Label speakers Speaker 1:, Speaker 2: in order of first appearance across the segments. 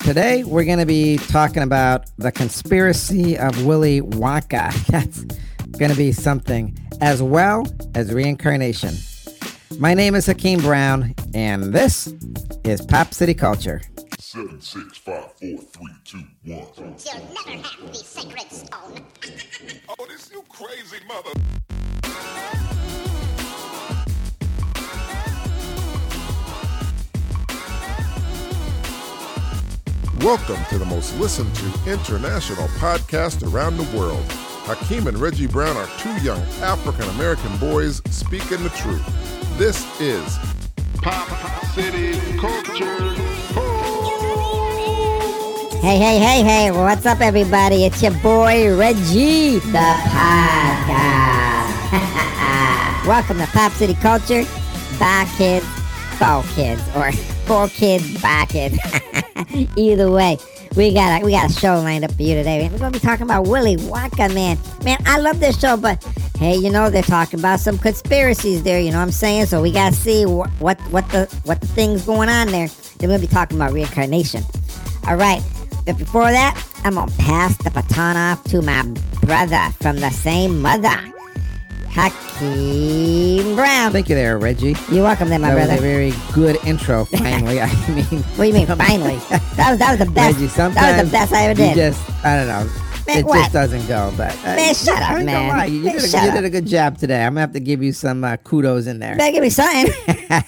Speaker 1: Today, we're going to be talking about the conspiracy of Willy Wonka. That's going to be something, as well as reincarnation. My name is Hakeem Brown, and this is Pop City Culture.
Speaker 2: Seven, six, five, four, three, two, one.
Speaker 3: You'll never have the sacred stone.
Speaker 2: Oh, this you crazy mother.
Speaker 4: Welcome to the most listened to international podcast around the world. Hakeem and Reggie Brown are two young African American boys speaking the truth. This is
Speaker 2: Pop City Culture.
Speaker 5: Hey, hey, hey, hey, what's up, everybody? It's your boy, Reggie, the podcast. Welcome to Pop City Culture, by kids, for kids, or for kids, by kids. Either way, we got a, we got a show lined up for you today. We're going to be talking about Willy Wonka, man. Man, I love this show, but hey, you know, they're talking about some conspiracies there, you know what I'm saying? So we got to see what, what, what, the, what the thing's going on there. Then we'll be talking about reincarnation. All right, but before that, I'm gonna pass the baton off to my brother from the same mother, Hakeem Brown.
Speaker 1: Thank you there, Reggie.
Speaker 5: You're welcome there, my
Speaker 1: that was a
Speaker 5: brother.
Speaker 1: very good intro, finally. I mean,
Speaker 5: What do you mean, finally? that, was, that was the best.
Speaker 1: Reggie, sometimes
Speaker 5: that was the best I ever did.
Speaker 1: You just, I don't know.
Speaker 5: Man,
Speaker 1: it
Speaker 5: what?
Speaker 1: just doesn't go, but uh,
Speaker 5: Man, shut up,
Speaker 1: I ain't gonna
Speaker 5: man.
Speaker 1: lie, You,
Speaker 5: Man,
Speaker 1: did, a,
Speaker 5: shut
Speaker 1: you
Speaker 5: up.
Speaker 1: did a good job today. I'm gonna have to give you some uh, kudos in there.
Speaker 5: Better give me something. man,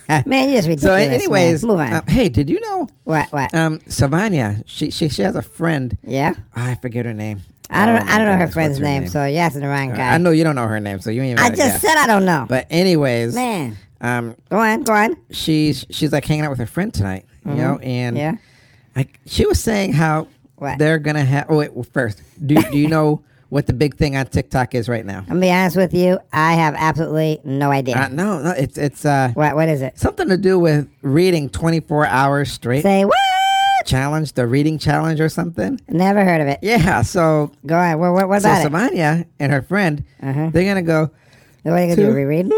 Speaker 5: you're just ridiculous.
Speaker 1: So,
Speaker 5: man.
Speaker 1: anyways,
Speaker 5: move on.
Speaker 1: uh, hey, did you know
Speaker 5: what? What?
Speaker 1: um, Savanya? She, she she has a friend.
Speaker 5: yeah.
Speaker 1: I forget her name.
Speaker 5: I
Speaker 1: Oh,
Speaker 5: don't.
Speaker 1: my
Speaker 5: I don't know her
Speaker 1: goodness,
Speaker 5: friend's
Speaker 1: what's Uh,
Speaker 5: name, so you're asking the wrong guy.
Speaker 1: I know you don't know her name, so you ain't. Even
Speaker 5: I
Speaker 1: gotta
Speaker 5: just
Speaker 1: guess.
Speaker 5: said I don't know.
Speaker 1: But anyways,
Speaker 5: man,
Speaker 1: um,
Speaker 5: go on, go on.
Speaker 1: she's she's like hanging out with her friend tonight, you know, and
Speaker 5: Mm-hmm. Yeah.
Speaker 1: like she was saying how
Speaker 5: What?
Speaker 1: they're gonna have. Oh wait, well, first, do do you know what the big thing on TikTok is right now?
Speaker 5: I'm gonna be honest with you. I have absolutely no idea.
Speaker 1: Uh, no, no, it's it's uh
Speaker 5: what? What is it?
Speaker 1: something to do with reading 24 hours straight
Speaker 5: Say what?
Speaker 1: challenge, the reading challenge or something.
Speaker 5: Never heard of it.
Speaker 1: Yeah, so
Speaker 5: Go on. What, what, what
Speaker 1: so
Speaker 5: about it? Uh-huh.
Speaker 1: Samania and her friend, they're gonna go.
Speaker 5: What are you gonna do?
Speaker 1: Two.
Speaker 5: Reread?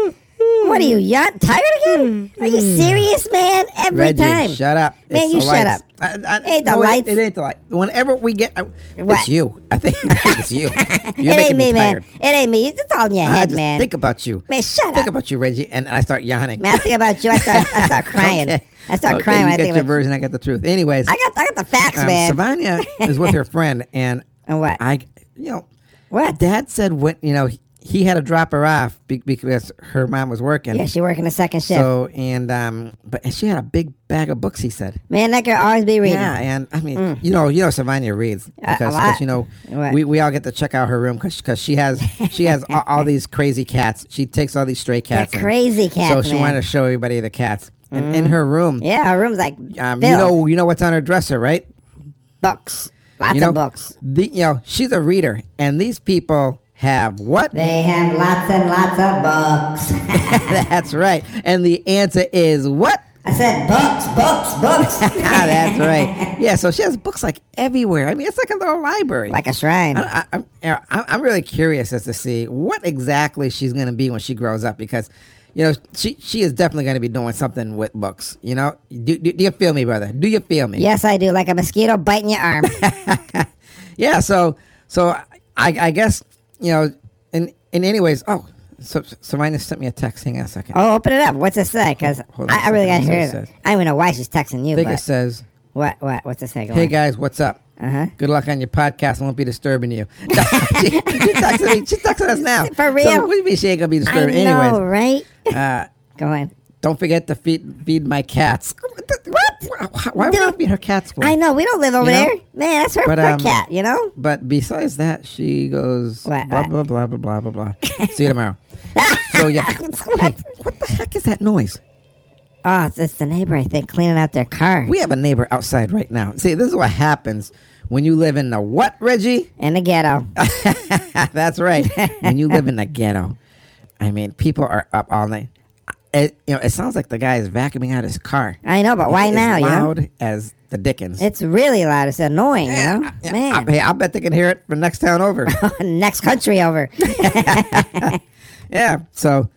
Speaker 5: what are you yawn tired again? Are you serious, man? Every
Speaker 1: Reggie,
Speaker 5: time.
Speaker 1: shut up!
Speaker 5: Man,
Speaker 1: It's
Speaker 5: you
Speaker 1: the
Speaker 5: shut
Speaker 1: lights.
Speaker 5: up.
Speaker 1: I, I,
Speaker 5: Ain't the
Speaker 1: no, it-
Speaker 5: lights.
Speaker 1: It, ain't the light. Whenever we get, I,
Speaker 5: What?
Speaker 1: it's you. I think, I think it's you. You're
Speaker 5: it
Speaker 1: making
Speaker 5: ain't me,
Speaker 1: tired.
Speaker 5: man. It ain't me. It's all in your
Speaker 1: I
Speaker 5: head,
Speaker 1: just
Speaker 5: man.
Speaker 1: think about you.
Speaker 5: man, shut
Speaker 1: think
Speaker 5: up.
Speaker 1: about you, Reggie, and I start yawning.
Speaker 5: man, I think about you. I start, I start crying.
Speaker 1: Okay.
Speaker 5: I start
Speaker 1: Okay,
Speaker 5: crying
Speaker 1: You
Speaker 5: when I
Speaker 1: got
Speaker 5: think
Speaker 1: your
Speaker 5: about
Speaker 1: version. I got the truth. Anyways,
Speaker 5: I got, I got the facts,
Speaker 1: um,
Speaker 5: man.
Speaker 1: Savannah is with her friend, and
Speaker 5: And what?
Speaker 1: I, you know,
Speaker 5: What?
Speaker 1: Dad said when you know he- he had to drop her off be- because her mom was working.
Speaker 5: Yeah, she working a second shift.
Speaker 1: so and um, but and she had a big bag of books. He said.
Speaker 5: man, that girl always be reading.
Speaker 1: Yeah, and I mean, you know, you know, Savannah reads
Speaker 5: Uh,
Speaker 1: because,
Speaker 5: Mm. a lot.
Speaker 1: 'cause, you know
Speaker 5: What?
Speaker 1: we, we all get to check out her room because she has she has all, all these crazy cats. She takes all these stray cats. and-
Speaker 5: crazy
Speaker 1: So
Speaker 5: cats,
Speaker 1: she
Speaker 5: man. Mm-hmm.
Speaker 1: wanted to show everybody the cats. And in her room,
Speaker 5: Yeah, her room's like
Speaker 1: um, you
Speaker 5: filled.
Speaker 1: know, you know what's on her dresser, right?
Speaker 5: books. Lots
Speaker 1: you know,
Speaker 5: of books.
Speaker 1: The, you know, she's a reader, and these people have what?
Speaker 5: They have lots and lots of books.
Speaker 1: That's right. And the answer is what?
Speaker 5: I said books, books, books.
Speaker 1: Ah, that's right. Yeah, so she has books like everywhere. I mean, it's like a little library.
Speaker 5: like a shrine.
Speaker 1: I, I, I'm, I'm really curious as to see what exactly she's going to be when she grows up because, you know, she she is definitely going to be doing something with books. You know, do, do, do you feel me, brother? Do you feel me?
Speaker 5: Yes, I do. Like a mosquito biting your arm.
Speaker 1: yeah. So so I I guess you know in in anyways. Oh, so Serena sent me a text. Hang on a second.
Speaker 5: oh, open it up. What's it say? Because
Speaker 1: Hold on
Speaker 5: I, I really
Speaker 1: a
Speaker 5: gotta
Speaker 1: second.
Speaker 5: hear
Speaker 1: Let's see what it
Speaker 5: it.
Speaker 1: says.
Speaker 5: I don't even know why she's texting you.
Speaker 1: I think it
Speaker 5: But
Speaker 1: says,
Speaker 5: what? What? What's it say? Go
Speaker 1: "Hey
Speaker 5: on.
Speaker 1: guys, what's up?
Speaker 5: Uh-huh.
Speaker 1: Good luck on your podcast. I won't be disturbing you." No, she, she texted me. She texted us now.
Speaker 5: For
Speaker 1: So
Speaker 5: real?
Speaker 1: what do you mean she ain't gonna be
Speaker 5: I
Speaker 1: disturbing? anyways,
Speaker 5: know, right?
Speaker 1: Uh,
Speaker 5: Go on.
Speaker 1: Don't forget to feed feed my cats. What? Why would I feed her cats? for?
Speaker 5: I know we don't live over
Speaker 1: You know?
Speaker 5: there, man. That's her,
Speaker 1: But,
Speaker 5: her
Speaker 1: um,
Speaker 5: cat. You know.
Speaker 1: But besides that, she goes
Speaker 5: What,
Speaker 1: blah,
Speaker 5: what?
Speaker 1: blah blah blah blah blah blah. See you tomorrow. so yeah, Hey, what the heck is that noise?
Speaker 5: Oh, it's, it's the neighbor. I think cleaning out their car
Speaker 1: We have a neighbor outside right now. See, this is what happens when you live in the what, Reggie?
Speaker 5: in the ghetto.
Speaker 1: That's right. when you live in the ghetto, I mean, people are up all night. It, you know, it sounds like the guy is vacuuming out his car.
Speaker 5: I know, but why
Speaker 1: It is
Speaker 5: now? You know,
Speaker 1: Loud as the Dickens.
Speaker 5: it's really loud. It's annoying. You know,
Speaker 1: Yeah,
Speaker 5: man.
Speaker 1: I, hey, I bet they can hear it from next town over.
Speaker 5: Next country over.
Speaker 1: yeah. So,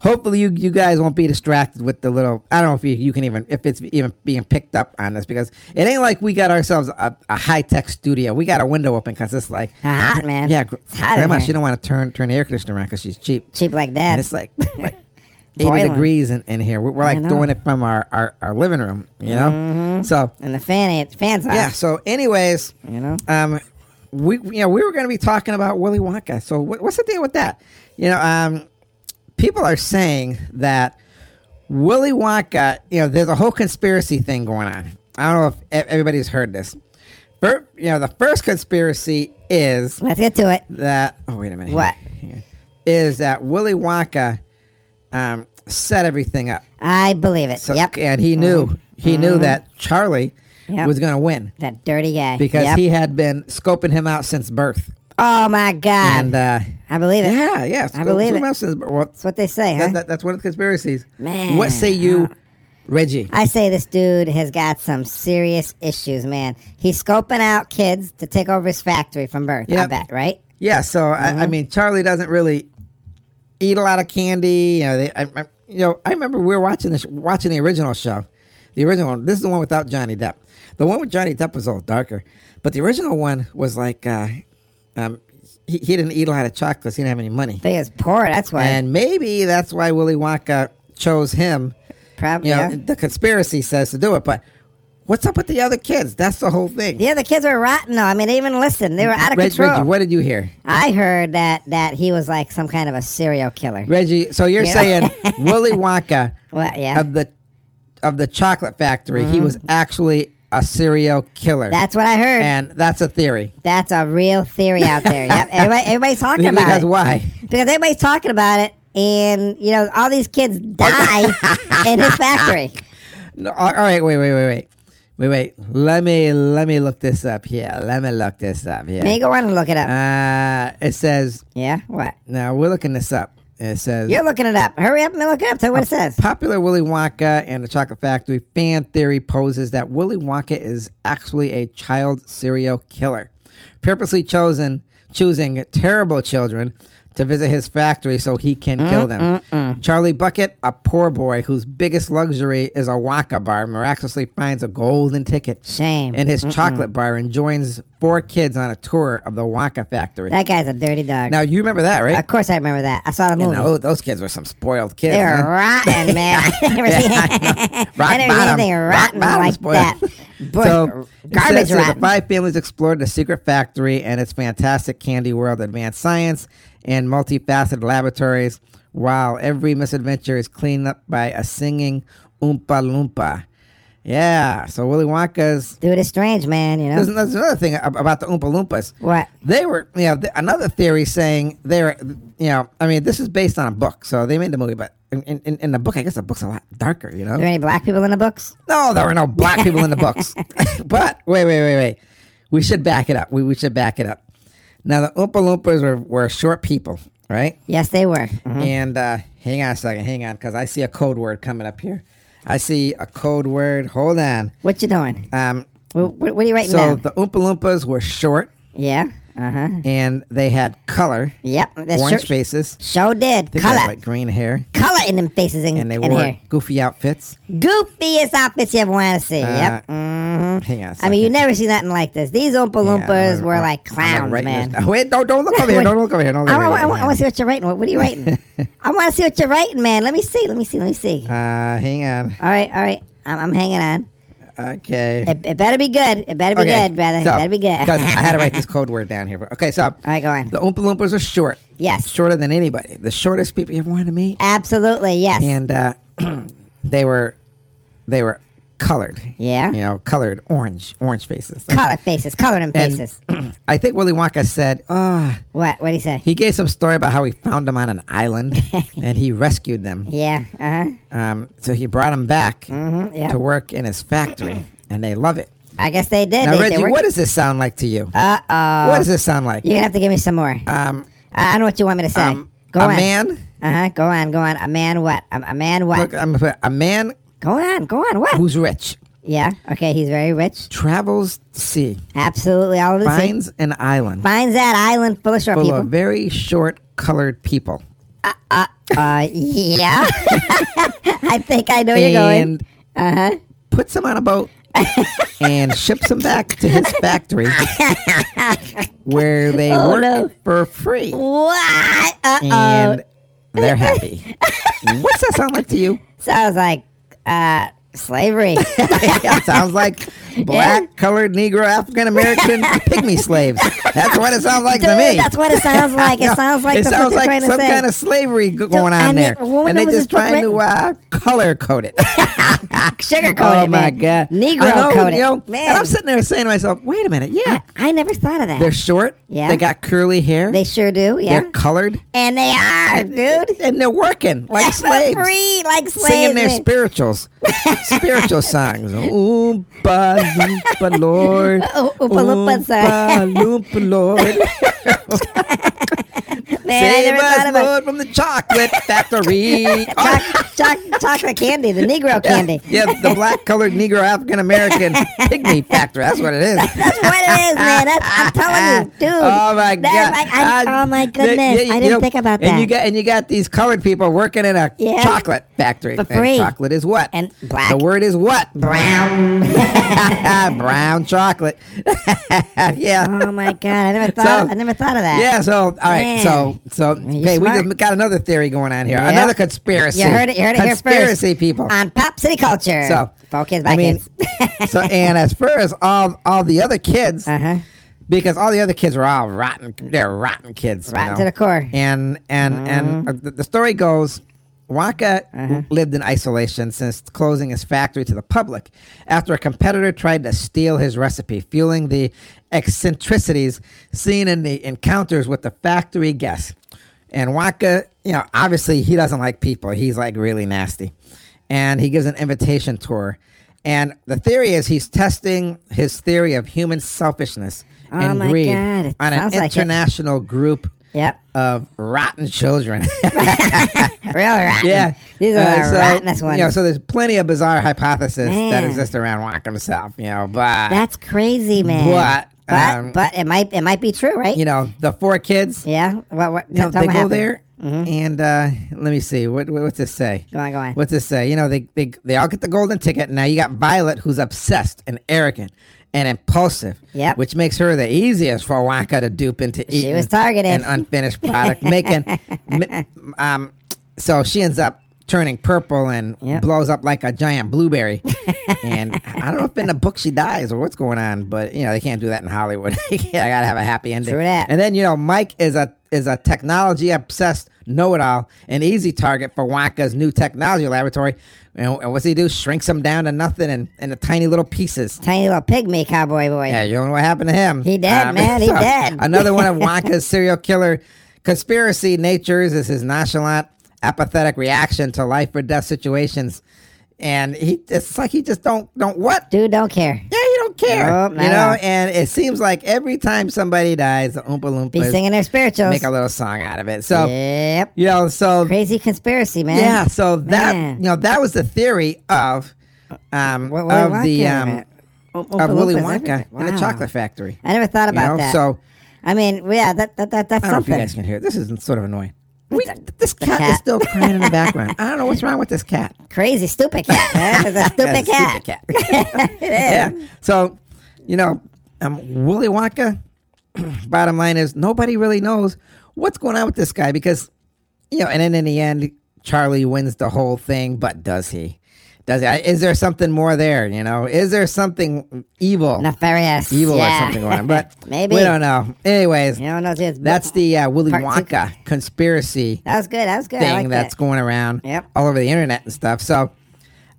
Speaker 1: Hopefully, you, you guys won't be distracted with the little. I don't know if you, you can even if it's even being picked up on this because it ain't like we got ourselves a, a high tech studio. We got a window open because it's like
Speaker 5: Hot, man.
Speaker 1: Yeah, gr-
Speaker 5: It's hot in
Speaker 1: grandma,
Speaker 5: here.
Speaker 1: she don't want to turn turn the air conditioner around because she's cheap.
Speaker 5: Cheap like
Speaker 1: And
Speaker 5: that.
Speaker 1: it's like, like 80
Speaker 5: Boiling.
Speaker 1: degrees in, in here. We're, we're like
Speaker 5: know.
Speaker 1: doing it from our, our, our living room, you know? So,
Speaker 5: and the fan ain't fans off.
Speaker 1: yeah. So, anyways,
Speaker 5: You know?
Speaker 1: um, we you know we were going to be talking about Willy Wonka. So, what, what's the deal with that? You know, um, people are saying that Willy Wonka. You know, there's a whole conspiracy thing going on. I don't know if e- everybody's heard this. Fir- you know, the first conspiracy is
Speaker 5: Let's get to it.
Speaker 1: that oh wait a minute
Speaker 5: What?
Speaker 1: Hang on. is that Willy Wonka um, set everything up
Speaker 5: I believe it.
Speaker 1: so,
Speaker 5: yep. Mm-hmm.
Speaker 1: and he knew he knew that Charlie
Speaker 5: Yep.
Speaker 1: was going to win
Speaker 5: That dirty guy.
Speaker 1: because
Speaker 5: Yep.
Speaker 1: he had been scoping him out since birth
Speaker 5: Oh my God.
Speaker 1: and uh,
Speaker 5: I believe it.
Speaker 1: yeah yeah
Speaker 5: I
Speaker 1: sco-
Speaker 5: believe
Speaker 1: scoping
Speaker 5: it.
Speaker 1: him out since birth. Well,
Speaker 5: That's what they say, huh?
Speaker 1: that, that, that's one of the conspiracies
Speaker 5: Man,
Speaker 1: what say you Reggie
Speaker 5: I say this dude has got some serious issues, man. He's scoping out kids to take over his factory from birth. I
Speaker 1: Yep.
Speaker 5: bet, right?
Speaker 1: Yeah, so I, I
Speaker 5: Mm-hmm.
Speaker 1: mean, Charlie doesn't really eat a lot of candy. You know, they, I, I, you know, I remember we were watching this, watching the original show, the original. one. This is the one without Johnny Depp. The one with Johnny Depp was a little darker, but the original one was like, uh, um, he, he didn't eat a lot of chocolates. He didn't have any money,
Speaker 5: But he was poor. That's why.
Speaker 1: and maybe that's why Willy Wonka chose him.
Speaker 5: Probably.
Speaker 1: You know,
Speaker 5: yeah.
Speaker 1: the conspiracy says to do it, but what's up with the other kids? That's the whole thing.
Speaker 5: Yeah, the kids were rotten though. I mean, they even listened. They were out of
Speaker 1: Reg-
Speaker 5: control.
Speaker 1: Reggie, what did you hear?
Speaker 5: I heard that that he was like some kind of a serial killer.
Speaker 1: Reggie, so you're
Speaker 5: Yeah.
Speaker 1: saying Willy Wonka
Speaker 5: Well, yeah.
Speaker 1: of the of the chocolate factory, he was actually a serial killer.
Speaker 5: Mm. That's what I heard.
Speaker 1: and that's a theory.
Speaker 5: That's a real theory out there. yep. Everybody, everybody's talking about
Speaker 1: Because
Speaker 5: it.
Speaker 1: why?
Speaker 5: Because everybody's talking about it. And, you know, all these kids die in his factory.
Speaker 1: No, all all right, wait, wait, wait, wait. Wait, wait. Let me let me look this up here. Let me look this up here.
Speaker 5: May go on and look it up.
Speaker 1: Uh it says
Speaker 5: yeah? What?
Speaker 1: now we're looking this up. It says
Speaker 5: You're looking it up. Hurry up and look it up. Tell me what it says.
Speaker 1: Popular Willy Wonka and the Chocolate Factory fan theory poses that Willy Wonka is actually a child serial killer, purposely chosen choosing terrible children to visit his factory so he can kill them. Charlie Bucket, a poor boy whose biggest luxury is a Wonka bar, miraculously finds a golden ticket
Speaker 5: Shame.
Speaker 1: in his chocolate bar and joins four kids on a tour of the Wonka factory.
Speaker 5: That guy's a dirty dog.
Speaker 1: now you remember that, right?
Speaker 5: of course I remember that. I saw the
Speaker 1: You
Speaker 5: movie.
Speaker 1: know, those kids were some spoiled kids.
Speaker 5: They're
Speaker 1: huh?
Speaker 5: rotten, man. I never seen, I never seen anything rotten like
Speaker 1: spoiled.
Speaker 5: that. But
Speaker 1: so, it
Speaker 5: garbage
Speaker 1: says here,
Speaker 5: rotten.
Speaker 1: The five families explored the secret factory and its fantastic candy world, of advanced science, and multifaceted laboratories. While every misadventure is cleaned up by a singing Oompa Loompa. Yeah, so Willy Wonka's.
Speaker 5: Dude, it's strange, man. You know.
Speaker 1: There's, there's another thing ab- about the Oompa Loompas.
Speaker 5: What?
Speaker 1: They were, you know, th- another theory saying they were, you know, I mean, this is based on a book, so they made the movie, but in, in, in the book, I guess the book's a lot darker, you know?
Speaker 5: Are there any black people in the books?
Speaker 1: No, there were no black people in the books. but wait, wait, wait, wait. We should back it up. We, we should back it up. Now the Oompa Loompas were, were short people, right?
Speaker 5: Yes, they were.
Speaker 1: And uh, hang on a second, hang on, because I see a code word coming up here. I see a code word. Hold on.
Speaker 5: What you doing?
Speaker 1: Um,
Speaker 5: What, what, what are you writing
Speaker 1: so
Speaker 5: down?
Speaker 1: the Oompa Loompas were short
Speaker 5: yeah. Uh huh.
Speaker 1: and they had color,
Speaker 5: Yep. That's
Speaker 1: orange
Speaker 5: sure,
Speaker 1: faces,
Speaker 5: sure did.
Speaker 1: they had,
Speaker 5: Color.
Speaker 1: like green hair,
Speaker 5: color in them faces in,
Speaker 1: and they
Speaker 5: in
Speaker 1: wore
Speaker 5: here.
Speaker 1: goofy outfits.
Speaker 5: Goofiest outfits you ever want to see. yep. Mm.
Speaker 1: Uh, Hang on. A second.
Speaker 5: I mean, you never see nothing like this. These Oompa
Speaker 1: Yeah,
Speaker 5: Loompas
Speaker 1: I'm-
Speaker 5: were
Speaker 1: I'm-
Speaker 5: like
Speaker 1: I'm
Speaker 5: clowns,
Speaker 1: writing
Speaker 5: man.
Speaker 1: this down. Wait, don't, don't look over here.
Speaker 5: What-
Speaker 1: Don't look over here. Don't look
Speaker 5: I,
Speaker 1: over here.
Speaker 5: want to see what you're writing. What, what are you writing? I want to see what you're writing, man. Let me see. Let me see. Let me see.
Speaker 1: Uh, hang on.
Speaker 5: all right, all right. I'm, I'm hanging on.
Speaker 1: Okay.
Speaker 5: It, it better be good. It better be good, brother.
Speaker 1: so-
Speaker 5: it better be good.
Speaker 1: because I had to write this code word down here. But, okay, so
Speaker 5: all right, go on.
Speaker 1: the Oompa Loompas are short.
Speaker 5: Yes.
Speaker 1: Shorter than anybody. The shortest people you ever wanted to meet.
Speaker 5: Absolutely, yes.
Speaker 1: And uh, they were, they were colored.
Speaker 5: Yeah.
Speaker 1: You know, colored orange, orange faces.
Speaker 5: Color faces, color them
Speaker 1: And
Speaker 5: faces.
Speaker 1: I think Willy Wonka said, ah,
Speaker 5: what? What'd he say?
Speaker 1: he gave some story about how he found them on an island and he rescued them.
Speaker 5: yeah, Mm-hmm. uh
Speaker 1: Um, so he brought them back
Speaker 5: huh. Yeah.
Speaker 1: to work in his factory, and they love it.
Speaker 5: I guess they did.
Speaker 1: Now,
Speaker 5: they,
Speaker 1: Reggie,
Speaker 5: they
Speaker 1: what does this sound like to you?
Speaker 5: Uh oh.
Speaker 1: what does this sound like?
Speaker 5: You're going to have to give me some more.
Speaker 1: Um,
Speaker 5: I, I know what you want me to say.
Speaker 1: um,
Speaker 5: go
Speaker 1: a
Speaker 5: on.
Speaker 1: man.
Speaker 5: Uh huh. Go on, go on. A man what? A, a man what?
Speaker 1: Look, I'm gonna put a man
Speaker 5: go on, go on. What?
Speaker 1: who's rich
Speaker 5: yeah, okay, he's very rich.
Speaker 1: travels the sea,
Speaker 5: Absolutely, all of this.
Speaker 1: finds an island
Speaker 5: Finds that island full of short
Speaker 1: full
Speaker 5: people.
Speaker 1: of very short, colored people.
Speaker 5: Uh, yeah. I think I know where you're going. Uh-huh.
Speaker 1: and puts him on a boat and ships him back to his factory where they
Speaker 5: Oh,
Speaker 1: work
Speaker 5: no. Oh.
Speaker 1: for free.
Speaker 5: What? Uh oh.
Speaker 1: And they're happy. What's that sound like to you?
Speaker 5: Sounds like uh slavery.
Speaker 1: yeah, sounds like black, colored, Negro, African American pygmy slaves. That's what it sounds like
Speaker 5: Dude,
Speaker 1: to me.
Speaker 5: that's what it sounds like. It
Speaker 1: No,
Speaker 5: sounds like
Speaker 1: it
Speaker 5: the
Speaker 1: sounds
Speaker 5: fucking
Speaker 1: like
Speaker 5: trying to
Speaker 1: some
Speaker 5: say.
Speaker 1: kind of slavery go- going on
Speaker 5: and
Speaker 1: there,
Speaker 5: it- when
Speaker 1: and
Speaker 5: it
Speaker 1: they're
Speaker 5: was
Speaker 1: just
Speaker 5: just book
Speaker 1: trying to uh, color code it.
Speaker 5: sugar coated.
Speaker 1: oh my god,
Speaker 5: Negro
Speaker 1: I know,
Speaker 5: coated.
Speaker 1: you know,
Speaker 5: man,
Speaker 1: And I'm sitting there saying to myself, "Wait a minute, yeah,
Speaker 5: I never thought of that.
Speaker 1: they're short.
Speaker 5: Yeah.
Speaker 1: they got curly hair.
Speaker 5: they sure do. Yeah,
Speaker 1: They're colored,
Speaker 5: and they are, dude.
Speaker 1: and they're working like slaves."
Speaker 5: free like slaves.
Speaker 1: Singing their
Speaker 5: man.
Speaker 1: spirituals, spiritual songs. Oompa loompa lord,
Speaker 5: Oh, Oompa Loompa song.
Speaker 1: Oompa loompa lord.
Speaker 5: Man, I
Speaker 1: Save
Speaker 5: never thought
Speaker 1: us,
Speaker 5: about
Speaker 1: Lord, from the chocolate factory. Oh,
Speaker 5: Choc- choc- chocolate candy, the Negro
Speaker 1: yeah,
Speaker 5: candy.
Speaker 1: Yeah, the black colored Negro African American pygmy factory. That's what it is.
Speaker 5: That's what it is, man. That's, I'm telling you, dude.
Speaker 1: Oh my god!
Speaker 5: That- I- I-
Speaker 1: Uh,
Speaker 5: oh my
Speaker 1: yeah, yeah,
Speaker 5: goodness,
Speaker 1: you
Speaker 5: I didn't
Speaker 1: know,
Speaker 5: think about that.
Speaker 1: And you got and you got these colored people working in a
Speaker 5: Yeah.
Speaker 1: chocolate factory.
Speaker 5: For
Speaker 1: And
Speaker 5: free.
Speaker 1: chocolate is what?
Speaker 5: And black.
Speaker 1: The word is what?
Speaker 5: brown.
Speaker 1: Brown chocolate. yeah.
Speaker 5: Oh my god, I never thought.
Speaker 1: So-
Speaker 5: I never thought of that.
Speaker 1: Yeah, so all right,
Speaker 5: Man.
Speaker 1: so so hey,
Speaker 5: smart.
Speaker 1: we just got another theory going on here.
Speaker 5: Yep.
Speaker 1: Another conspiracy.
Speaker 5: You heard it. You heard it here first.
Speaker 1: Conspiracy people.
Speaker 5: on pop city culture.
Speaker 1: So
Speaker 5: four kids by
Speaker 1: I mean,
Speaker 5: kids.
Speaker 1: so and as far as all all the other kids,
Speaker 5: Uh huh.
Speaker 1: because all the other kids were all rotten. They're rotten kids, you
Speaker 5: Rotten
Speaker 1: know?
Speaker 5: to the core.
Speaker 1: And and
Speaker 5: Mm-hmm.
Speaker 1: and uh, the, the story goes. Waka lived in isolation since closing his factory to the public after a competitor tried to steal his recipe, fueling the eccentricities seen in the encounters with the factory guests. And Waka, you know, obviously he doesn't like people. He's like really nasty. And he gives an invitation tour. And the theory is he's testing his theory of human selfishness and
Speaker 5: Oh my
Speaker 1: greed
Speaker 5: God, it
Speaker 1: on an
Speaker 5: sounds like it.
Speaker 1: international group
Speaker 5: Yep.
Speaker 1: of rotten children.
Speaker 5: Real rotten.
Speaker 1: yeah. Uh,
Speaker 5: These are the
Speaker 1: so,
Speaker 5: rottenest ones.
Speaker 1: You know, so there's plenty of bizarre hypotheses that
Speaker 5: Man.
Speaker 1: exist around Walk himself, you know, but
Speaker 5: That's crazy, man.
Speaker 1: But,
Speaker 5: But,
Speaker 1: um,
Speaker 5: but it might it might be true, right?
Speaker 1: you know, the four kids,
Speaker 5: yeah. What what?
Speaker 1: you know,
Speaker 5: tell
Speaker 1: they
Speaker 5: me
Speaker 1: go
Speaker 5: what
Speaker 1: there
Speaker 5: happened.
Speaker 1: and uh, let me see. What, what what's this say?
Speaker 5: Go on, go on.
Speaker 1: What's this say? You know, they, they they all get the golden ticket. Now you got Violet who's obsessed and arrogant and impulsive.
Speaker 5: Yep.
Speaker 1: Which makes her the easiest for Waka to dupe into eating.
Speaker 5: was targeted.
Speaker 1: An unfinished product. making mi- um so she ends up turning purple and
Speaker 5: Yep.
Speaker 1: blows up like a giant blueberry. and I don't know if in the book she dies or what's going on, but you know, they can't do that in Hollywood. I gotta have a happy ending.
Speaker 5: True that.
Speaker 1: And then you know, Mike is a is a technology obsessed know it all, an easy target for Wonka's new technology laboratory. And, and what's he do? Shrinks him down to nothing and into tiny little pieces.
Speaker 5: Tiny little pygmy cowboy boy.
Speaker 1: Yeah, you don't know what happened to him. Um,
Speaker 5: He dead, man, he dead.
Speaker 1: Another one of Wonka's serial killer conspiracy natures is his nonchalant, apathetic reaction to life or death situations. And he it's like he just don't don't what
Speaker 5: Dude, don't care.
Speaker 1: yeah, you don't care.
Speaker 5: Nope,
Speaker 1: you
Speaker 5: not
Speaker 1: know,
Speaker 5: at all.
Speaker 1: and it seems like every time somebody dies, the Oompa
Speaker 5: Be
Speaker 1: Loompas
Speaker 5: singing their spirituals.
Speaker 1: make a little song out of it. So,
Speaker 5: yep.
Speaker 1: you know, so
Speaker 5: Crazy conspiracy, man.
Speaker 1: yeah, so that
Speaker 5: Man.
Speaker 1: you know that was the theory of um
Speaker 5: What,
Speaker 1: of the um of Willy Wonka
Speaker 5: in
Speaker 1: in the Chocolate Factory.
Speaker 5: I never thought
Speaker 1: you
Speaker 5: about
Speaker 1: know,
Speaker 5: that.
Speaker 1: so
Speaker 5: I mean, yeah, that, that, that that's
Speaker 1: I don't know if you
Speaker 5: something.
Speaker 1: guys can hear. This is sort of annoying. We, this
Speaker 5: the
Speaker 1: cat, is
Speaker 5: cat.
Speaker 1: still crying in the background. I don't know what's wrong with this cat.
Speaker 5: Crazy, stupid cat. man. It's a stupid
Speaker 1: Yeah,
Speaker 5: cat.
Speaker 1: yeah. So, you know, um, Willy Wonka. bottom line is nobody really knows what's going on with this guy because, you know, and then in the end, Charlie wins the whole thing. But does he? Does he? Is there something more there? You know, is there something evil,
Speaker 5: Nefarious.
Speaker 1: evil
Speaker 5: yeah.
Speaker 1: or something going on? But
Speaker 5: Maybe.
Speaker 1: we don't know. Anyways,
Speaker 5: You don't know, dude.
Speaker 1: that's the uh, Willy
Speaker 5: Part two.
Speaker 1: Wonka conspiracy
Speaker 5: That was good. That was good.
Speaker 1: thing
Speaker 5: I like
Speaker 1: that's
Speaker 5: that.
Speaker 1: going around
Speaker 5: Yep.
Speaker 1: all over the internet and stuff. So,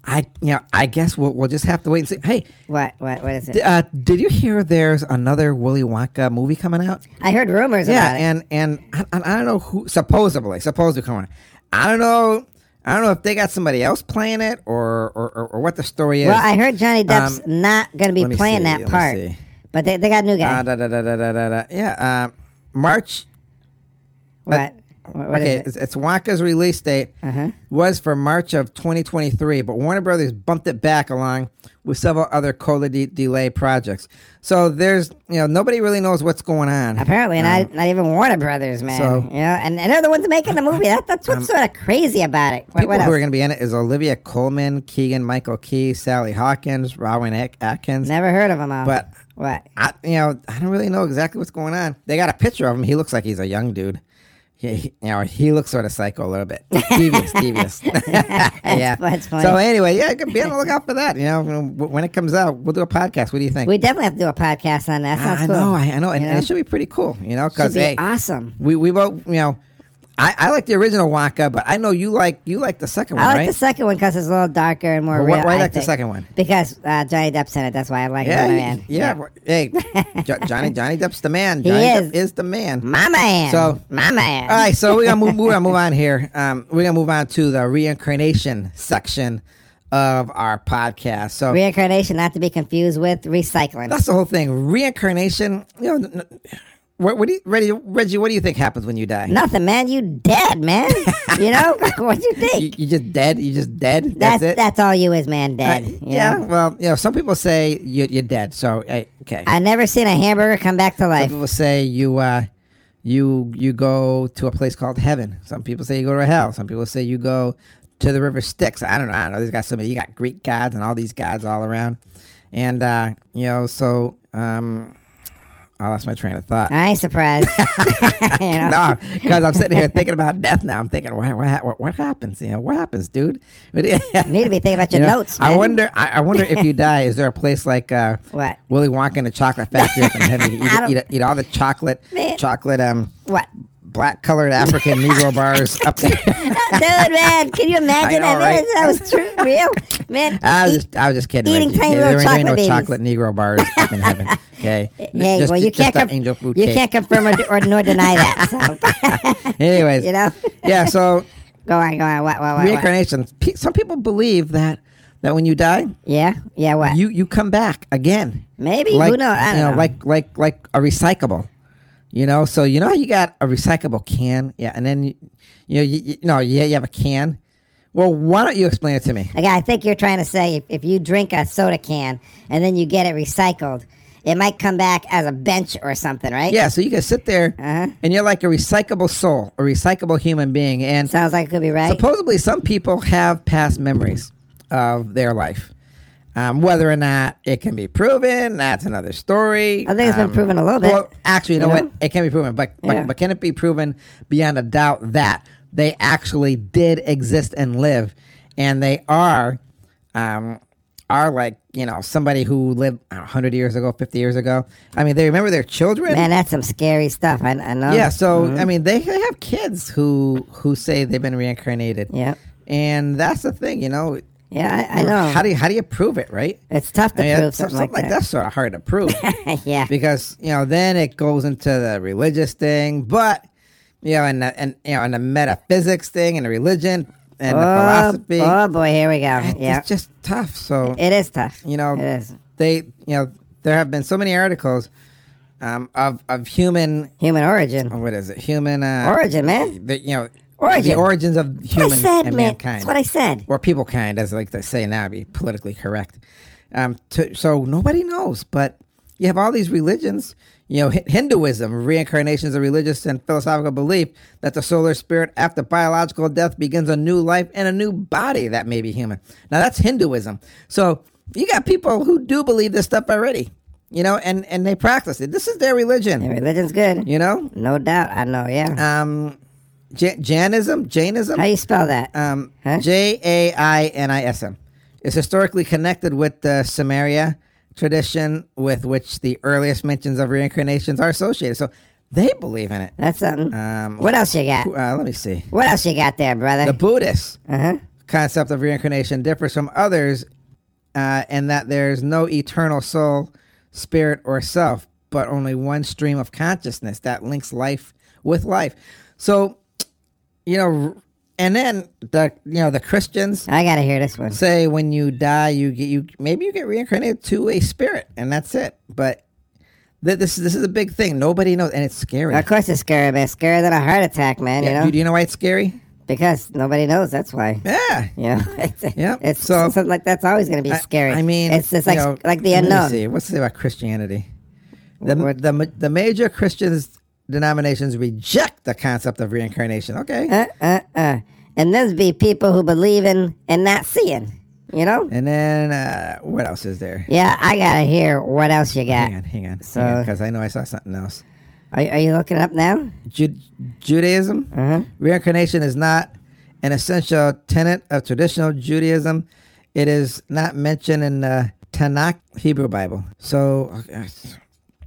Speaker 1: I you know I guess we'll we'll just have to wait and see. Hey,
Speaker 5: What? What? What is it?
Speaker 1: d- uh, did you hear there's another Willy Wonka movie coming out?
Speaker 5: I heard rumors
Speaker 1: Yeah,
Speaker 5: about it.
Speaker 1: and and I, I I don't know who supposedly supposedly coming. out. I don't know. I don't know if they got somebody else playing it or or, or, or what the story is.
Speaker 5: Well, I heard Johnny Depp's not going to
Speaker 1: um, let me
Speaker 5: be playing
Speaker 1: see,
Speaker 5: that
Speaker 1: let me
Speaker 5: part,
Speaker 1: see.
Speaker 5: but they, they got a new guy.
Speaker 1: Uh, da, da, da, da, da, da, da. Yeah, uh, March
Speaker 5: what? What- what is
Speaker 1: okay,
Speaker 5: it? Uh-huh.
Speaker 1: it's, it's Wonka's release date was for March of 2023, but Warner Brothers bumped it back along with several other COVID de- delay projects. So there's, you know, nobody really knows what's going on.
Speaker 5: Apparently, not, not even Warner Brothers, man.
Speaker 1: so- Um,
Speaker 5: you know, and, and they're the ones making the movie. That, that's what's sort of crazy about it. What,
Speaker 1: People
Speaker 5: what
Speaker 1: who are
Speaker 5: else?
Speaker 1: going to be in it is Olivia Coleman, Keegan Michael Key, Sally Hawkins, Rowan Ak- Atkins.
Speaker 5: Never heard of them all.
Speaker 1: But
Speaker 5: what?
Speaker 1: I, you know, I don't really know exactly what's going on. They got a picture of him. He looks like he's a young dude. He, he- you know, he looks sort of psycho a little bit. Devious, devious. yeah.
Speaker 5: that's funny.
Speaker 1: So anyway, yeah, be on the lookout for that. You know, when when it comes out, we'll do a podcast. What do you think?
Speaker 5: We definitely have to do a podcast on that. Sounds
Speaker 1: I
Speaker 5: cool.
Speaker 1: know, I, I know, and,
Speaker 5: You
Speaker 1: and it should be pretty cool. You know,
Speaker 5: Should
Speaker 1: because
Speaker 5: be
Speaker 1: hey,
Speaker 5: awesome.
Speaker 1: we we both, you know, I, I like the original Wonka, but I know you like you like the second one,
Speaker 5: I like
Speaker 1: right?
Speaker 5: the second one because it's a little darker and more
Speaker 1: Well, why-
Speaker 5: real.
Speaker 1: why
Speaker 5: I
Speaker 1: like the
Speaker 5: think.
Speaker 1: second one?
Speaker 5: Because uh, Johnny Depp's in it. That's why I like
Speaker 1: yeah,
Speaker 5: him.
Speaker 1: you-
Speaker 5: man.
Speaker 1: yeah, well, Hey, Jo- Johnny Johnny Depp's the man.
Speaker 5: He
Speaker 1: Johnny
Speaker 5: is.
Speaker 1: Depp is the man.
Speaker 5: my man.
Speaker 1: So-
Speaker 5: my man.
Speaker 1: All right, so we're gonna move, we're gonna move on here. Um, we're gonna move on to the reincarnation section of our podcast. So
Speaker 5: Reincarnation, not to be confused with recycling.
Speaker 1: that's the whole thing. Reincarnation. You know, n- n- what, what do you, Reggie, Reggie? What do you think happens when you die?
Speaker 5: Nothing, man. You dead, man. you know what you think?
Speaker 1: You, you just dead. You just dead.
Speaker 5: that's
Speaker 1: That's, it.
Speaker 5: that's all you is, man. Dead.
Speaker 1: Uh,
Speaker 5: you
Speaker 1: yeah.
Speaker 5: know?
Speaker 1: Well, you know, some people say you, you're dead. So hey, okay.
Speaker 5: I never seen a hamburger come back to
Speaker 1: some
Speaker 5: life.
Speaker 1: people say you uh, you you go to a place called heaven. Some people say you go to hell. Some people say you go to the river Styx. I don't know. I don't know. There's got so many. You got Greek gods and all these gods all around, and uh, you know. So um, I lost my train of thought.
Speaker 5: I ain't surprised. you know?
Speaker 1: No, because I'm sitting here thinking about death now. I'm thinking, what what, hap- what, what happens? You know, what happens, dude?
Speaker 5: You need to be thinking about your
Speaker 1: You know,
Speaker 5: notes.
Speaker 1: I
Speaker 5: man.
Speaker 1: wonder. I, I wonder if you die, is there a place like uh,
Speaker 5: What?
Speaker 1: Willy Wonka in a chocolate factory up in heaven? You
Speaker 5: I
Speaker 1: eat, eat, eat all the chocolate,
Speaker 5: Man.
Speaker 1: chocolate, um,
Speaker 5: what.
Speaker 1: black colored African Negro bars up there.
Speaker 5: Dude, man, can you imagine
Speaker 1: know,
Speaker 5: that?
Speaker 1: right?
Speaker 5: That was true, real, man.
Speaker 1: I was
Speaker 5: eat-
Speaker 1: just, I was just kidding.
Speaker 5: Eating
Speaker 1: Reggie.
Speaker 5: tiny
Speaker 1: Yeah, there
Speaker 5: little
Speaker 1: ain't no
Speaker 5: chocolate
Speaker 1: chocolate Negro bars up in heaven. Okay.
Speaker 5: Hey,
Speaker 1: Just-
Speaker 5: well, you
Speaker 1: just
Speaker 5: can't
Speaker 1: the
Speaker 5: conf-
Speaker 1: angel food
Speaker 5: you
Speaker 1: cake.
Speaker 5: can't confirm or, or nor deny that. So
Speaker 1: Anyways,
Speaker 5: You know?
Speaker 1: yeah. So
Speaker 5: go on, go on. What, what, what, what?
Speaker 1: reincarnation. Pe- Some people believe that that when you die,
Speaker 5: Yeah, yeah. What?
Speaker 1: you you come back again.
Speaker 5: Maybe
Speaker 1: like,
Speaker 5: who knows? I don't
Speaker 1: you know,
Speaker 5: know.
Speaker 1: like like like a recyclable. You know, so you know how you got a recyclable can, yeah, and then you, you know, you, you no, yeah, you have a can. Well, why don't you explain it to me?
Speaker 5: Like, I think you're trying to say if, if you drink a soda can and then you get it recycled, it might come back as a bench or something, right?
Speaker 1: Yeah, so you can sit there,
Speaker 5: Uh-huh.
Speaker 1: and you're like a recyclable soul, a recyclable human being, and
Speaker 5: Sounds like it could be right.
Speaker 1: supposedly some people have past memories of their life. Um, whether or not it can be proven, that's another story.
Speaker 5: I think it's been
Speaker 1: Um,
Speaker 5: proven a little bit.
Speaker 1: Well, actually, you know,
Speaker 5: You know?
Speaker 1: what? It can be proven, but but,
Speaker 5: Yeah.
Speaker 1: but can it be proven beyond a doubt that they actually did exist and live, and they are, um, are like you know somebody who lived I don't know, hundred years ago, fifty years ago. I mean, they remember their children.
Speaker 5: Man, that's some scary stuff. I, I know.
Speaker 1: Yeah, so I
Speaker 5: Mm-hmm.
Speaker 1: mean, they have kids who who say they've been reincarnated.
Speaker 5: Yeah.
Speaker 1: and that's the thing, you know.
Speaker 5: Yeah, I, I know.
Speaker 1: How do you how do you prove it, right?
Speaker 5: it's tough to
Speaker 1: I mean,
Speaker 5: prove
Speaker 1: some-
Speaker 5: something, like that.
Speaker 1: that's sort of hard to prove
Speaker 5: yeah.
Speaker 1: because you know then it goes into the religious thing, but you know, and the, and you know, and the metaphysics thing, and the religion and the
Speaker 5: Oh,
Speaker 1: philosophy.
Speaker 5: oh, boy, here we go. Yeah.
Speaker 1: It's just tough. So
Speaker 5: It is tough.
Speaker 1: you know
Speaker 5: it is.
Speaker 1: they you know there have been so many articles um, of of human
Speaker 5: Human origin.
Speaker 1: what is it human uh,
Speaker 5: Origin, man.
Speaker 1: the you know
Speaker 5: Origin.
Speaker 1: the origins of
Speaker 5: What
Speaker 1: human
Speaker 5: I said,
Speaker 1: and
Speaker 5: man.
Speaker 1: mankind,
Speaker 5: That's what I said.
Speaker 1: or people kind, as I like to say now, to be politically correct. Um, to, so nobody knows, but you have all these religions. You know, Hi- Hinduism, reincarnations of religious and philosophical belief that the solar spirit, after biological death, begins a new life and a new body that may be human. Now that's Hinduism. So you got people who do believe this stuff already, you know, and and they practice it. This is their religion,
Speaker 5: Religion's good.
Speaker 1: you know.
Speaker 5: No doubt. I know. Yeah.
Speaker 1: Um, Ja- Jainism, Jainism.
Speaker 5: How do you spell that?
Speaker 1: Um,
Speaker 5: Huh?
Speaker 1: J A I N I S M. It's historically connected with the Samaria tradition with which the earliest mentions of reincarnations are associated. So they believe in it.
Speaker 5: That's something.
Speaker 1: um,
Speaker 5: what else you got?
Speaker 1: Uh, let me see.
Speaker 5: What else you got there, brother?
Speaker 1: The Buddhist
Speaker 5: Uh-huh.
Speaker 1: concept of reincarnation differs from others uh, in that there's no eternal soul, spirit, or self, but only one stream of consciousness that links life with life. So, you know, and then the you know the Christians
Speaker 5: I gotta hear this one.
Speaker 1: say when you die you get you maybe you get reincarnated to a spirit and that's it but Th- This is this is a big thing. Nobody knows, and it's scary.
Speaker 5: Of course, it's scarier, but it's scarier than a heart attack, man.
Speaker 1: Yeah,
Speaker 5: you know,
Speaker 1: Do, do you know why it's scary?
Speaker 5: because nobody knows. That's why.
Speaker 1: Yeah.
Speaker 5: You know, it's,
Speaker 1: Yeah,
Speaker 5: it's
Speaker 1: so-
Speaker 5: something like that's always going to be
Speaker 1: I-
Speaker 5: scary.
Speaker 1: I, mean,
Speaker 5: it's just
Speaker 1: you
Speaker 5: like
Speaker 1: know,
Speaker 5: like the
Speaker 1: let me
Speaker 5: unknown.
Speaker 1: see. What's it about Christianity? The,
Speaker 5: What-
Speaker 1: the ma- the major Christian denominations reject the concept of reincarnation. Okay,
Speaker 5: Uh, uh, uh. And there's be people who believe in and not seeing. You know?
Speaker 1: and then uh, what else is there?
Speaker 5: Yeah, I gotta hear what else you got.
Speaker 1: Hang on, hang on,
Speaker 5: So-
Speaker 1: because I know I saw something else.
Speaker 5: Are, are you looking it up now?
Speaker 1: Ju- Judaism. Reincarnation is not an essential tenet of traditional Judaism. It is not mentioned in the Tanakh Hebrew Bible. So, okay,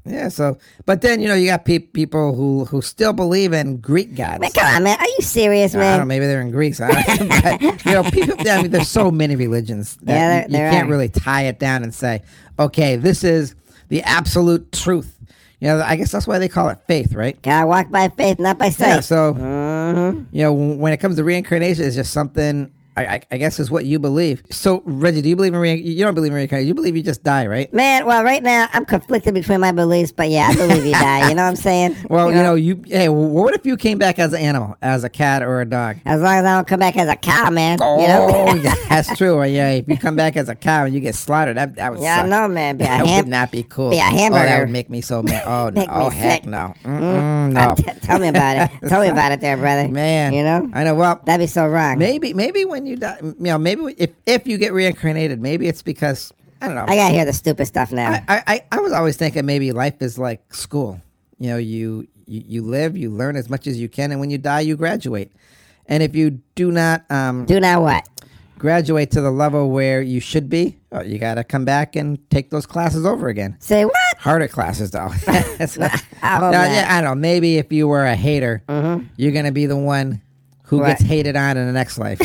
Speaker 1: yeah. So, but then you know you got pe- people who who still believe in Greek gods.
Speaker 5: Man, come on, man. Are you serious,
Speaker 1: I don't know.
Speaker 5: man?
Speaker 1: Maybe they're in Greece. I don't know. But, you know, people. I mean, there's so many religions that
Speaker 5: Yeah,
Speaker 1: you- you,
Speaker 5: there- there
Speaker 1: can't
Speaker 5: are.
Speaker 1: really tie it down and say, okay, this is the absolute truth. You know, I guess that's why they call it faith, right?
Speaker 5: God walk by faith, not by sight.
Speaker 1: Yeah. So, you know, when it comes to reincarnation, it's just something. I, I, I guess is what you believe. So, Reggie, do you believe in rein? You don't believe in reincarnation. You believe you just die, right?
Speaker 5: Man, well, right now I'm conflicted between my beliefs, but yeah, I believe you die. You know what I'm saying?
Speaker 1: Well, you know, you hey, what if you came back as an animal, as a cat or a dog?
Speaker 5: as long as I don't come back as a cow, man. you
Speaker 1: Oh,
Speaker 5: know?
Speaker 1: yeah, that's true. Or, Yeah, if you come back as a cow and you get slaughtered, that, that would
Speaker 5: yeah,
Speaker 1: suck.
Speaker 5: I know, man. Be a
Speaker 1: That would
Speaker 5: ham-
Speaker 1: not be cool.
Speaker 5: be a
Speaker 1: Oh, that
Speaker 5: hamburger.
Speaker 1: would make me so mad. Oh, no.
Speaker 5: Make me
Speaker 1: oh heck
Speaker 5: sick. Mm,
Speaker 1: no. Mm-mm, no.
Speaker 5: Tell me about it. Tell me about it, there, brother.
Speaker 1: Man.
Speaker 5: you know
Speaker 1: I know. Well,
Speaker 5: that'd be so wrong.
Speaker 1: maybe maybe when you die, you know, maybe if, if you get reincarnated, maybe it's because, I don't know.
Speaker 5: I gotta hear the stupid stuff now.
Speaker 1: I, I, I- I was always thinking maybe life is like school. You know, you, you you live, you learn as much as you can, and when you die, you graduate. And if you do not um,
Speaker 5: Do now what?
Speaker 1: graduate to the level where you should be, oh, you got to come back and take those classes over again.
Speaker 5: Say what?
Speaker 1: Harder classes, though. It's not- Now,
Speaker 5: Oh, man.
Speaker 1: yeah, I don't know. Maybe if you were a hater,
Speaker 5: Mm-hmm.
Speaker 1: you're going to be the one who
Speaker 5: Right.
Speaker 1: gets hated on in the next life.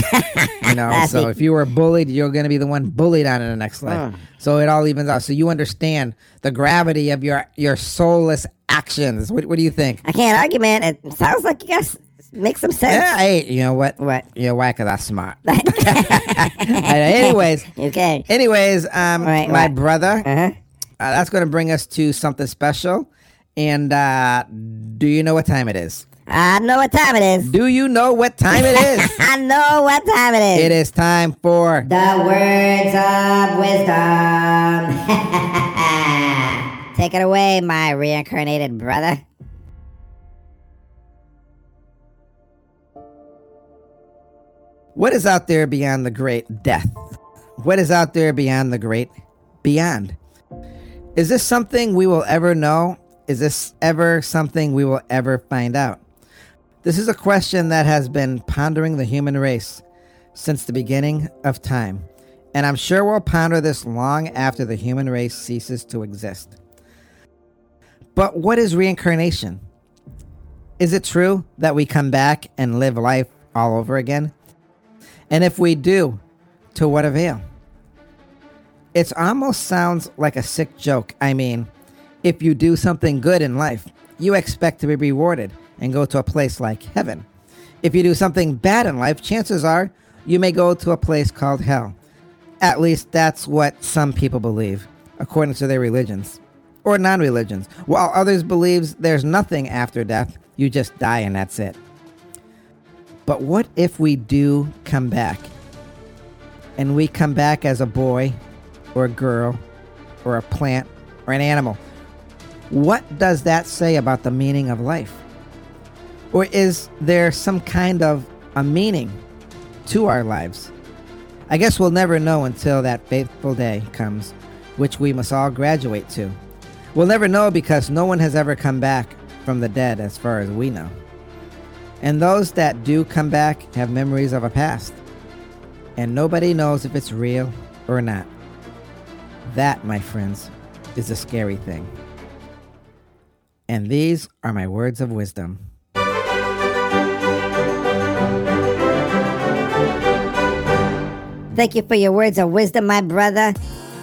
Speaker 1: you know,
Speaker 5: That'd
Speaker 1: so
Speaker 5: be-
Speaker 1: if you were bullied, you're going to be the one bullied on in the next
Speaker 5: Mm.
Speaker 1: life. So it all evens out. So you understand the gravity of your your soulless actions. What, what do you think?
Speaker 5: I can't argue, man. It sounds like you guys make some sense.
Speaker 1: Yeah, hey, you know what?
Speaker 5: What?
Speaker 1: You're whack that's smart. anyways,
Speaker 5: Okay.
Speaker 1: anyways, um,
Speaker 5: Right,
Speaker 1: my
Speaker 5: right.
Speaker 1: brother,
Speaker 5: Uh huh.
Speaker 1: uh, that's going to bring us to something special. And uh, do you know what time it is?
Speaker 5: I know what time it is.
Speaker 1: Do you know what time it is?
Speaker 5: I know what time it is.
Speaker 1: it is time for
Speaker 5: The words of wisdom. Take it away, my reincarnated brother.
Speaker 1: What is out there beyond the great death? What is out there beyond the great beyond? Is this something we will ever know? Is this ever something we will ever find out? This is a question that has been pondering the human race since the beginning of time, and I'm sure we'll ponder this long after the human race ceases to exist. But what is reincarnation? Is it true that we come back and live life all over again? And if we do, to what avail? It almost sounds like a sick joke. I mean, if you do something good in life, you expect to be rewarded and go to a place like heaven. If you do something bad in life, chances are you may go to a place called hell. At least that's what some people believe, according to their religions or non religions, while others believes there's nothing after death, you just die and that's it. But what if we do come back? And we come back as a boy or a girl or a plant or an animal. What does that say about the meaning of life? Or is there some kind of a meaning to our lives? I guess we'll never know until that fateful day comes, which we must all graduate to. We'll never know because no one has ever come back from the dead as far as we know. And those that do come back have memories of a past. And nobody knows if it's real or not. That, my friends, is a scary thing. And these are my words of wisdom.
Speaker 5: Thank you for your words of wisdom, my brother.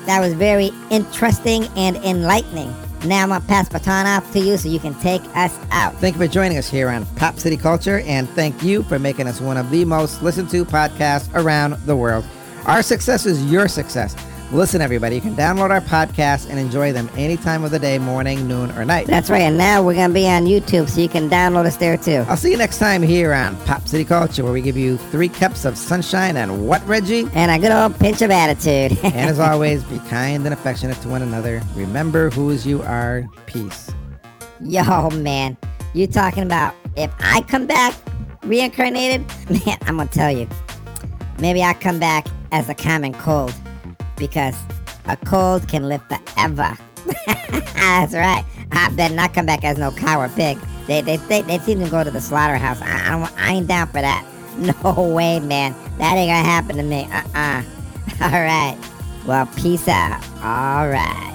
Speaker 5: That was very interesting and enlightening. Now I'm gonna pass the baton off to you so you can take us out.
Speaker 1: Thank you for joining us here on Pop City Culture, and thank you for making us one of the most listened to podcasts around the world. Our success is your success. Listen, everybody, you can download our podcast and enjoy them any time of the day, morning, noon, or night.
Speaker 5: That's right. And now we're going to be on YouTube, so you can download us there too.
Speaker 1: I'll see you next time here on Pop City Culture, where we give you three cups of sunshine and what, Reggie?
Speaker 5: And a good old pinch of attitude.
Speaker 1: And as always, be kind and affectionate to one another. Remember whose you are. Peace.
Speaker 5: Yo, man, you talking about if I come back reincarnated? Man, I'm gonna tell you. Maybe I come back as a common cold because a cold can live forever. That's right. I better not come back as no cow or pig. They they they, they seem to go to the slaughterhouse. I, I, don't want- I ain't down for that. No way, man. That Uh-uh. ain't gonna happen to me. Uh uh All right. Well, peace out. All right.